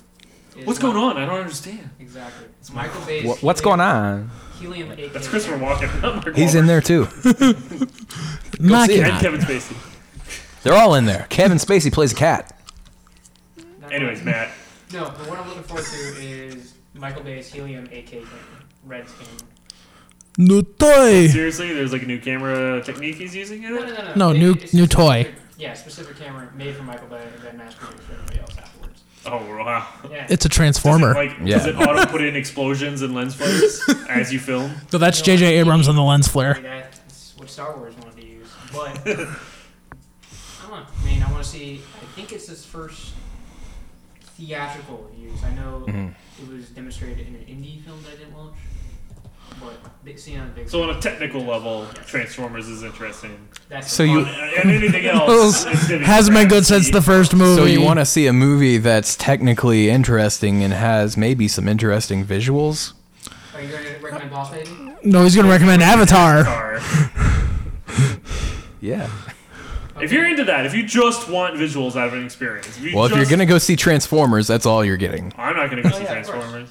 Is What's going on? I don't understand. Exactly. It's Michael Bay's. Wha- What's going on? Helium 8. That's Christopher Walken. not Mark He's in Wahlberg. there too. Knock see it it. And out. Kevin Spacey. They're all in there. Kevin Spacey plays a cat. Anyways, Matt. No, the one I'm looking forward to is Michael Bay's Helium AK camera. Red's camera. New (laughs) toy. Seriously, there's like a new camera technique he's using in No, it. no, no. No, new- it's new just a toy. specific- yeah, specific camera made for Michael Bay and then mass produced for everybody else afterwards. Oh wow. Yeah. It's a Does it, transformer. like, Yeah. does it auto put in explosions and (laughs) lens flares as you film? (laughs) so that's J.J. Abrams on the lens flare. I mean, that's what Star Wars wanted to use. But I don't know. I mean, I want to see. I think it's his first theatrical use. I know it was demonstrated in an indie film that I didn't watch. but big, seeing it on the big So on screen, a technical level, Transformers is interesting. that's So the you- On, and anything else it's gonna be Has been good crap. since the first movie. So you want to see a movie that's technically interesting and has maybe some interesting visuals? Are you going to recommend Boss Lady? No, he's gonna recommend Avatar. Car. Yeah. If you're into that, if you just want visuals out of an experience, if you Well, if you're just- gonna go see Transformers, that's all you're getting. I'm not gonna go see Oh, yeah, of course. Transformers.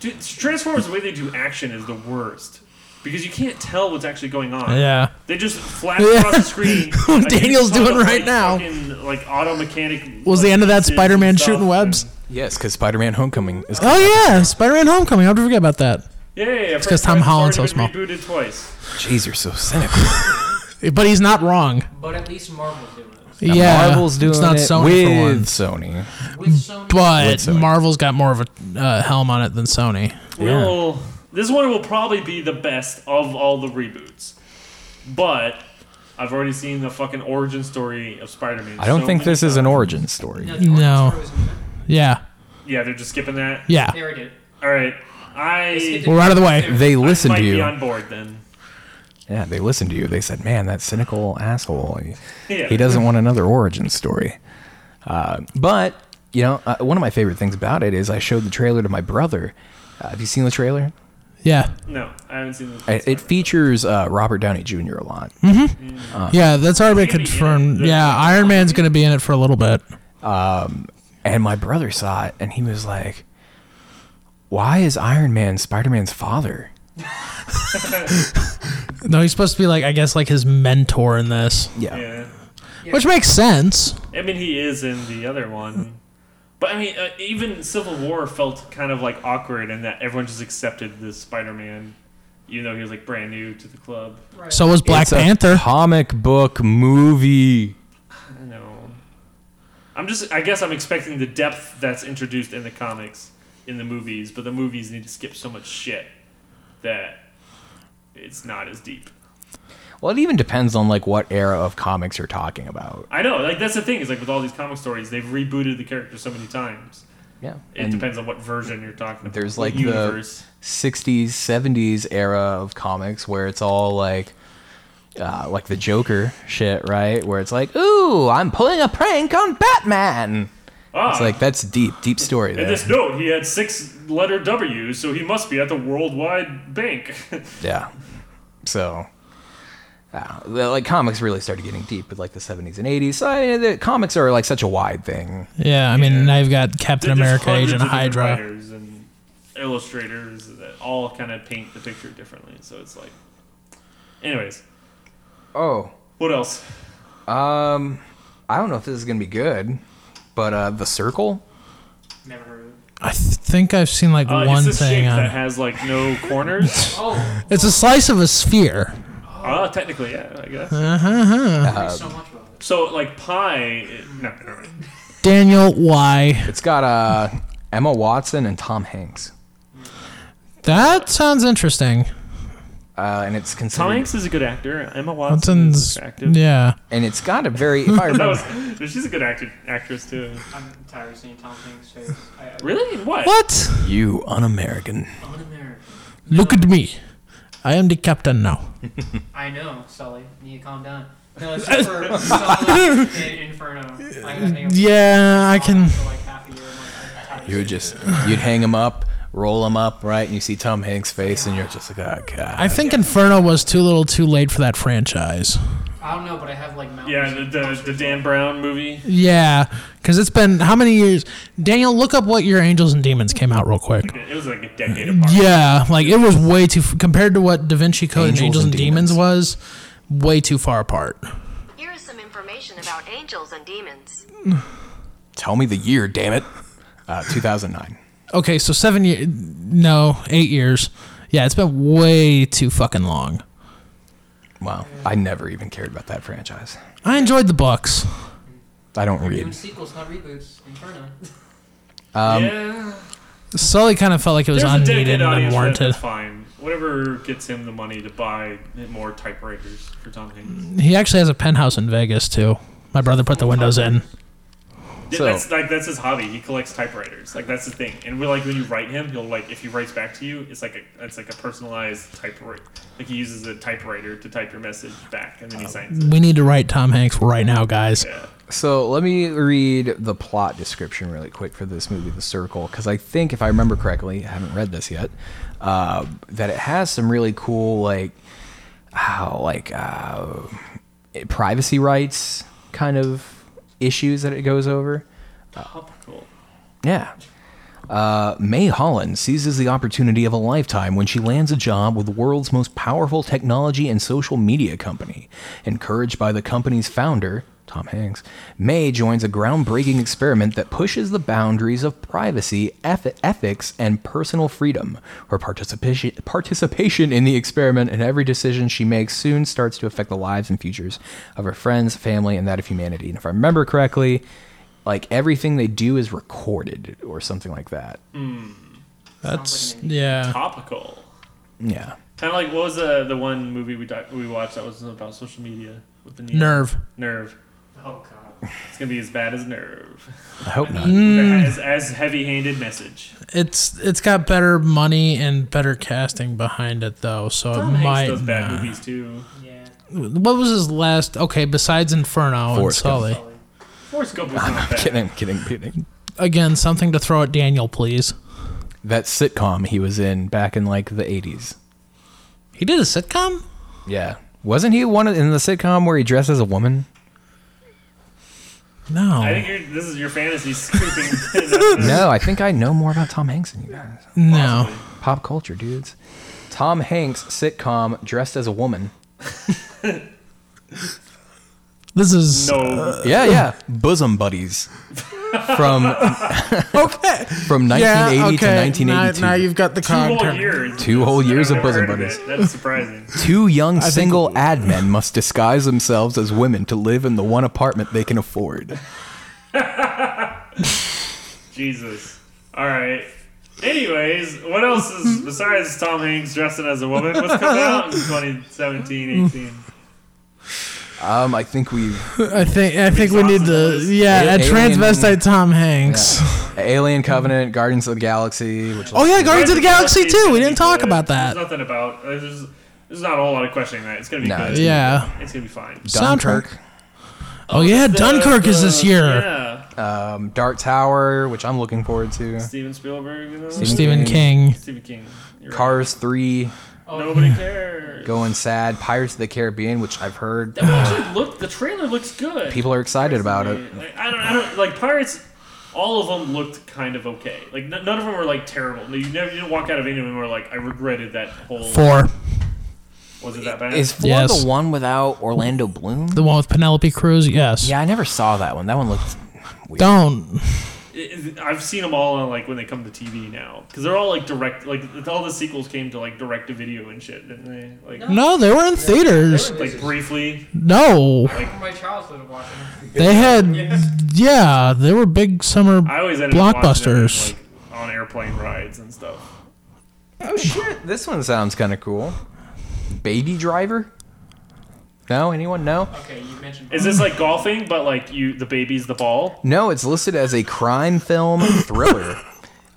Dude, Transformers, the way they do action is the worst because you can't tell what's actually going on. Yeah. They just flash Yeah. across the (laughs) screen. What like, you Daniel's saw doing the, right like, now. Fucking, like auto mechanic. Was like, the end of that bitches and Spider-Man stuff, shooting webs? and- Yes, because Spider-Man: Homecoming is. Oh yeah, Spider-Man: Homecoming. I'll never forget about that. Yeah, yeah, yeah. It's 'cause Tom Holland's so small. Rebooted twice. Jeez, you're so cynical. But he's not wrong. But at least Marvel's doing this. yeah, Marvel's doing it's not it Sony for with one. Sony. With Sony, But Sony. Marvel's got more of a uh, helm on it than Sony. Yeah. We'll, this one will probably be the best of all the reboots, but I've already seen the fucking origin story of Spider-Man. I don't so think many this is an times. origin story. the origin No. story was in there. Yeah, Yeah, they're just skipping that. yeah. They already did. it. All right, I. They skipped it. We're out of the way. They listened I might to Be you. on board then. Yeah, they listened to you. They said, "Man, that cynical asshole. He, Yeah. he doesn't want another origin story." Uh, but you know, uh, one of my favorite things about it is I showed the trailer to my brother. Uh, have you seen the trailer? Yeah, No, I haven't seen. The It, it features uh, Robert Downey Jr. a lot. yeah. That's already gonna be in it. confirmed. They're Yeah, gonna be Iron Man's gonna be in it for a little bit. And my brother saw it and he was like, Why is Iron Man Spider Man's father? No, he's supposed to be like I guess like his mentor in this, Yeah. yeah. which makes sense. I mean, he is in the other one. But I mean, uh, even Civil War felt kind of like awkward in that everyone just accepted this Spider-Man, even though he was like brand new to the club. Right. So was Black It's a Panther. comic book movie. I know. I'm just. I guess I'm expecting the depth that's introduced in the comics, in the movies, but the movies need to skip so much shit that it's not as deep. Well, it even depends on like what era of comics you're talking about. I know. Like that's the thing. Is like with all these comic stories, they've rebooted the character so many times. Yeah. It depends on what version you're talking about. There's what like universe. the 60s, 70s era of comics where it's all like uh, like the Joker shit, right? Where it's like, "Ooh, I'm pulling a prank on Batman." ah, It's like that's deep, deep story In there. this note, he had six letter W's, so he must be at the Worldwide Bank. (laughs) Yeah. So, uh, the- like comics really started getting deep with like the 70s and 80s. So I, the comics are like such a wide thing. Yeah, I mean Yeah. now you've got Captain There's America, hundreds Agent of different Hydra. writers and illustrators that all kind of paint the picture differently. So it's like, anyways, Oh, what else? um, I don't know if this is gonna be good, but uh, the Circle. Never heard of it. I th- think I've seen like Uh, one it's this shape thing on. that has like no (laughs) corners. Oh, It's a slice of a sphere. Ah, technically, yeah, I guess. there's Um, so much about it. So like pie. No, never mind. Daniel, why? It's got uh, Emma Watson and Tom Hanks, That sounds interesting. uh, and it's considered Tom Hanks is a good actor. Emma Watson Hudson's, is attractive. yeah. and it's got a very. If I (laughs) That remember, was, she's a good actor, actress too. I'm tired of seeing Tom Hanks' face. I, I, Really? What? What? you un-American. I'm an American. Look at me. I am the captain now. I know, Sully. You need to calm down. (laughs) No, it's just for Sully and Inferno. I (laughs) gotta think of- Yeah, I can. For like half a year. I'm like, I'm tired (laughs) of You would seeing just you'd hang him up, roll him up, right, and you see Tom Hanks' face, and you're just like, oh god. I think Inferno was too little too late for that franchise. it. I don't know, but I have like mountains. Yeah, the, the the Dan Brown movie. Yeah, because it's been how many years? Daniel, look up what your Angels and Demons came out real quick. It was like a decade apart. Yeah, like it was way too compared to what Da Vinci Code and Angels and Demons was, way too far apart. Here is some information about angels and demons. Tell me the year, damn it. Uh, 2009. Okay, so seven years, no, eight years. Yeah, it's been way too fucking long. Wow, I never even cared about that franchise. I enjoyed the books. I don't Doing read. sequels, not reboots. (laughs) Inferno. yeah. Sully kind of felt like it was There's a unneeded dedicated Um, and audience. for that, unwarranted. That's fine. Whatever gets him the money to buy more typewriters Mm. for Tom Hanks. He actually has a penthouse in Vegas too. My brother put the windows in. Th- So- that's like that's his hobby. He collects typewriters. Like that's the thing. And we like when you write him, he'll like if he writes back to you, it's like a it's like a personalized typewriter. Like he uses a typewriter to type your message back, and then Oh. he signs it. We need to write Tom Hanks right now, guys. Yeah. So let me read the plot description really quick for this movie, The Circle, because I think, if I remember correctly, I haven't read this yet, uh, that it has some really cool, like, how, like, uh, privacy rights kind of issues that it goes over. Topical. Yeah. Uh, May Holland seizes the opportunity of a lifetime when she lands a job with the world's most powerful technology and social media company. Encouraged by the company's founder, Tom Hanks, May joins a groundbreaking experiment that pushes the boundaries of privacy, eth- ethics, and personal freedom. Her participation, participation in the experiment and every decision she makes soon starts to affect the lives and futures of her friends, family, and that of humanity. And if I remember correctly, like everything they do is recorded or something like that. That's yeah. Topical. Yeah. Kind of like what was the the one movie we di- we watched that was about social media with the needle? Nerve. Nerve. Oh god. It's gonna be as bad as nerve. I hope not. Mm. As as heavy handed message. It's it's got better money and better casting behind it though, so Tom it Hanks might. does bad not. movies too. Yeah. What was his last? Okay, besides Inferno Forrest and Gump. Sully. Probably. Forrest Gump was not bad. kidding, kidding, kidding. Again, something to throw at Daniel, please. That sitcom he was in back in like the eighties. He did a sitcom. Yeah. Wasn't he one of- in the sitcom where he dressed as a woman? No. I think you're, this is your fantasy scooping. (laughs) No, I think I know more about Tom Hanks than you guys. no. Pop culture dudes. Tom Hanks sitcom dressed as a woman. This is no. (laughs) Yeah, yeah. Bosom buddies. From (laughs) okay. (laughs) from Yeah, nineteen eighty okay. to nineteen now, eighty two. now you've got the Two whole content. years. Two whole I've years of never Bosom heard Buddies. that. That's surprising. Two young single ad men must disguise themselves as women to live in the one apartment they can afford. Jesus. All right. Anyways, what else is besides Tom Hanks dressing as a woman? What's coming out in 2017, 18? Um, I think we've I think I think we Exhausted need to list. yeah, a Alien- transvestite Tom Hanks. (laughs) Alien Covenant, Guardians of the Galaxy, which Oh yeah, Guardians of the Galaxy too. We didn't talk There's about that. nothing about. uh, There's, there's not a whole lot of questioning that. It's gonna be No, good. it's- Yeah. It's gonna be fine. Dunkirk, Oh yeah, The- Dunkirk is this the- year. Uh, Yeah. um, Dark Tower, which I'm looking forward to. Steven Spielberg. You know? Stephen King. Stephen King. You're right. Cars 3, Nobody cares. Going Sad, Pirates of the Caribbean, which I've heard That actually looked. The trailer looks good. people are excited about it. Like, I don't. I don't like pirates. All of them looked kind of okay. Like n- none of them were like terrible. You never you didn't walk out of any of them and were like I regretted that whole. Four. Was it that bad? Is four Yes. the one without Orlando Bloom? The one with Penelope Cruz. Yes. Yeah, I never saw that one. That one looked Don't. It- it- I've seen them all on like when they come to TV now because they're all like direct. Like it's- all the sequels came to like direct to video and shit, didn't they? Like No, they were in theaters. like briefly. No, From my childhood of watching. they had. Yeah, they were big summer. I always ended up watching them, Blockbusters. like, on airplane rides and stuff. Oh shit! This one sounds kind of cool. Baby Driver. No, anyone? No, Okay, you mentioned. Is this like golfing, but like you the baby's the ball? no. It's listed as a crime film (laughs) thriller,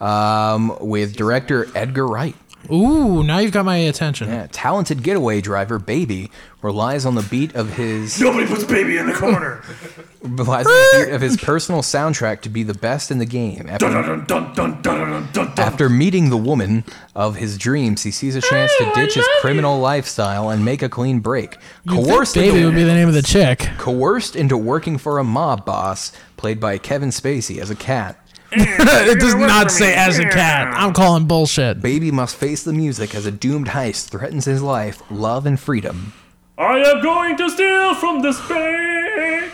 um, with director Edgar Wright. Ooh, now you've got my attention. Yeah, talented getaway driver Baby relies on the beat of his Nobody puts baby in the corner. (laughs) relies on the beat of his personal soundtrack to be the best in the game. After, dun, dun, dun, dun, dun, dun, dun. after meeting the woman of his dreams, he sees a chance to ditch his criminal lifestyle and make a clean break. Coerced Baby into, would be the name of the chick. coerced into working for a mob boss played by Kevin Spacey as a cat. (laughs) it does not say as a cat. I'm calling bullshit. Baby must face the music as a doomed heist threatens his life, love, and freedom. I am going to steal from this bank.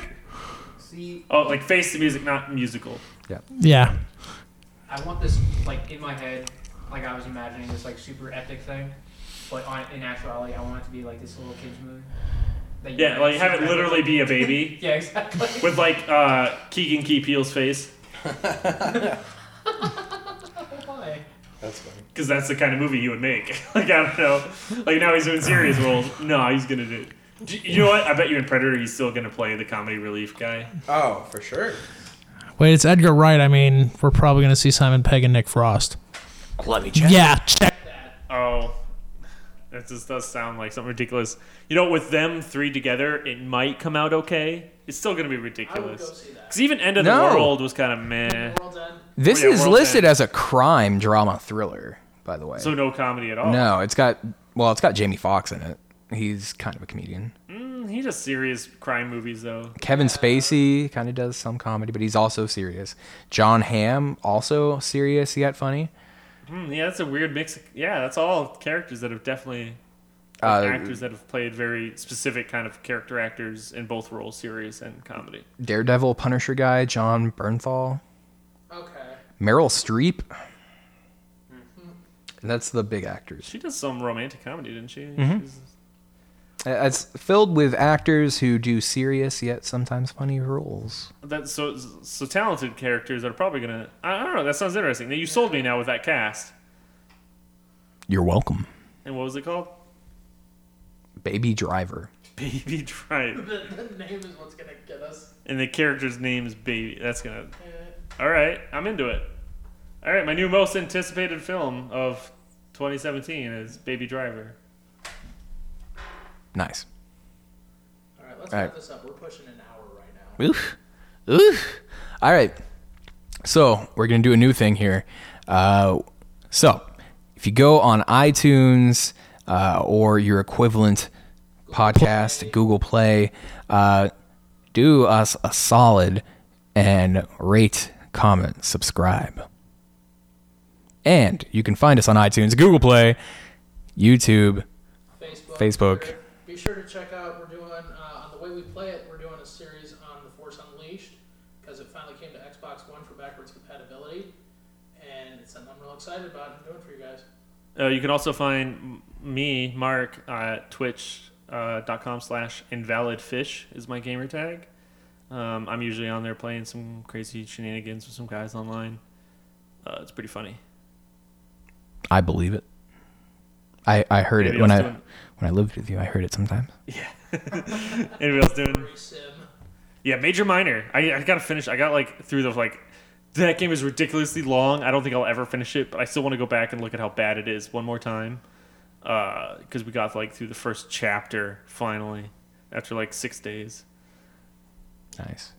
See, Oh, like face the music, not musical. Yeah. I want this like in my head, like I was imagining this like super epic thing, but on, in actuality, I want it to be like this little kids movie. That you Yeah, like have it literally be a baby (laughs) Yeah, exactly. with like uh, Keegan Key Peele's face, Why? because that's the kind of movie he would make. (laughs) like I don't know. Like now he's doing serious roles. No, he's gonna do. do. You know what? I bet you in Predator he's still gonna play the comedy relief guy. Oh, for sure. Wait, it's Edgar Wright. I mean, we're probably going to see Simon Pegg and Nick Frost. Let me Yeah, check. check. Oh, that just does sound like something ridiculous. You know, with them three together, it might come out okay. It's still gonna be I would go ridiculous. see that. Because even End of No. the World was kind of meh. World's End. This Oh, Yeah, is World's listed End. as a crime drama thriller, by the way. So no comedy at all. no, it's got well, it's got Jamie Foxx in it. He's kind of a comedian. Mm, he does serious crime movies though. Kevin Spacey kind of does some comedy, but he's also serious. John Hamm also serious yet funny. Mm, yeah, that's a weird mix. Yeah, that's all characters that have definitely Uh, actors that have played very specific kind of character actors in both roles, serious and comedy. Daredevil, Punisher guy, John Bernthal, Okay. Meryl Streep. Mm-hmm. That's the big actors. She does some romantic comedy, didn't she? Mm-hmm. She's- Uh, It's filled with actors who do serious yet sometimes funny roles. That so so talented characters that are probably gonna. I I don't know. That sounds interesting. Now, You sold me now with that cast. You're welcome. And what was it called? (laughs) Baby Driver. Baby Driver. The, the name is what's gonna get us. And the character's name is Baby. That's gonna. Uh, All right, I'm into it. All right, my new most anticipated film of 2017 is Baby Driver. Nice. all right, let's All wrap right. this up. We're pushing an hour right now. Oof. Oof. All right. So we're gonna do a new thing here. Uh, so if you go on iTunes uh, or your equivalent podcast, Google Play, uh, do us a solid and rate, comment, subscribe. And you can find us on iTunes, Google Play, YouTube. Facebook. Facebook. Twitter. Be sure to check out. We're doing uh, on the way we play it. We're doing a series on the Force Unleashed because it finally came to Xbox One for backwards compatibility, and it's something I'm real excited about and doing for you guys. Uh, you can also find m- me, Mark, at twitch.com uh, dot com slash invalidfish is my gamer tag. Um, I'm usually on there playing some crazy shenanigans with some guys online. Uh, it's pretty funny. I believe it. I, I heard Maybe it when I I was doing- when I lived with you. I heard it sometimes. Anybody else doing? Free Sim. Yeah, major minor. I, I gotta finish. I got like through the like. That game is ridiculously long. I don't think I'll ever finish it, but I still want to go back and look at how bad it is one more time. Because we got like through the first chapter finally after like six days. Nice.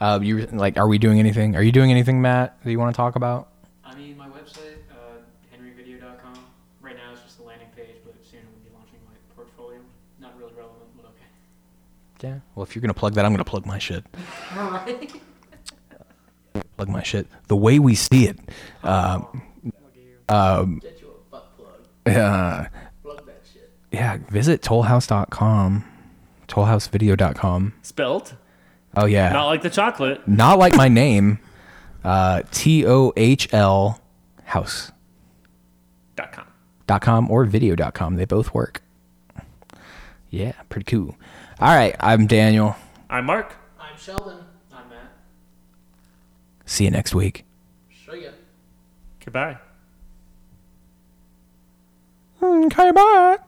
Uh, you like? Are we doing anything? Are you doing anything, Matt? That you want to talk about? I mean, my website, uh, henryvideo.com. Right now, it's just a landing page, but soon we'll be launching my portfolio. Not really relevant, but okay. Yeah. Well, if you're gonna plug that, I'm gonna plug my (laughs) shit. Plug my shit. The way we see it. Um, Get you a butt plug. uh, Plug that shit. yeah. Visit tollhouse.com, tollhousevideo.com. Spelt Oh yeah. not like the chocolate. Not like my name. Uh, T O H L house. Dot com. dot com or video dot com. They both work. Yeah, pretty cool. All right, I'm Daniel. I'm Mark. I'm Sheldon. I'm Matt. See you next week. Show ya. Goodbye. Mm, Okay, bye.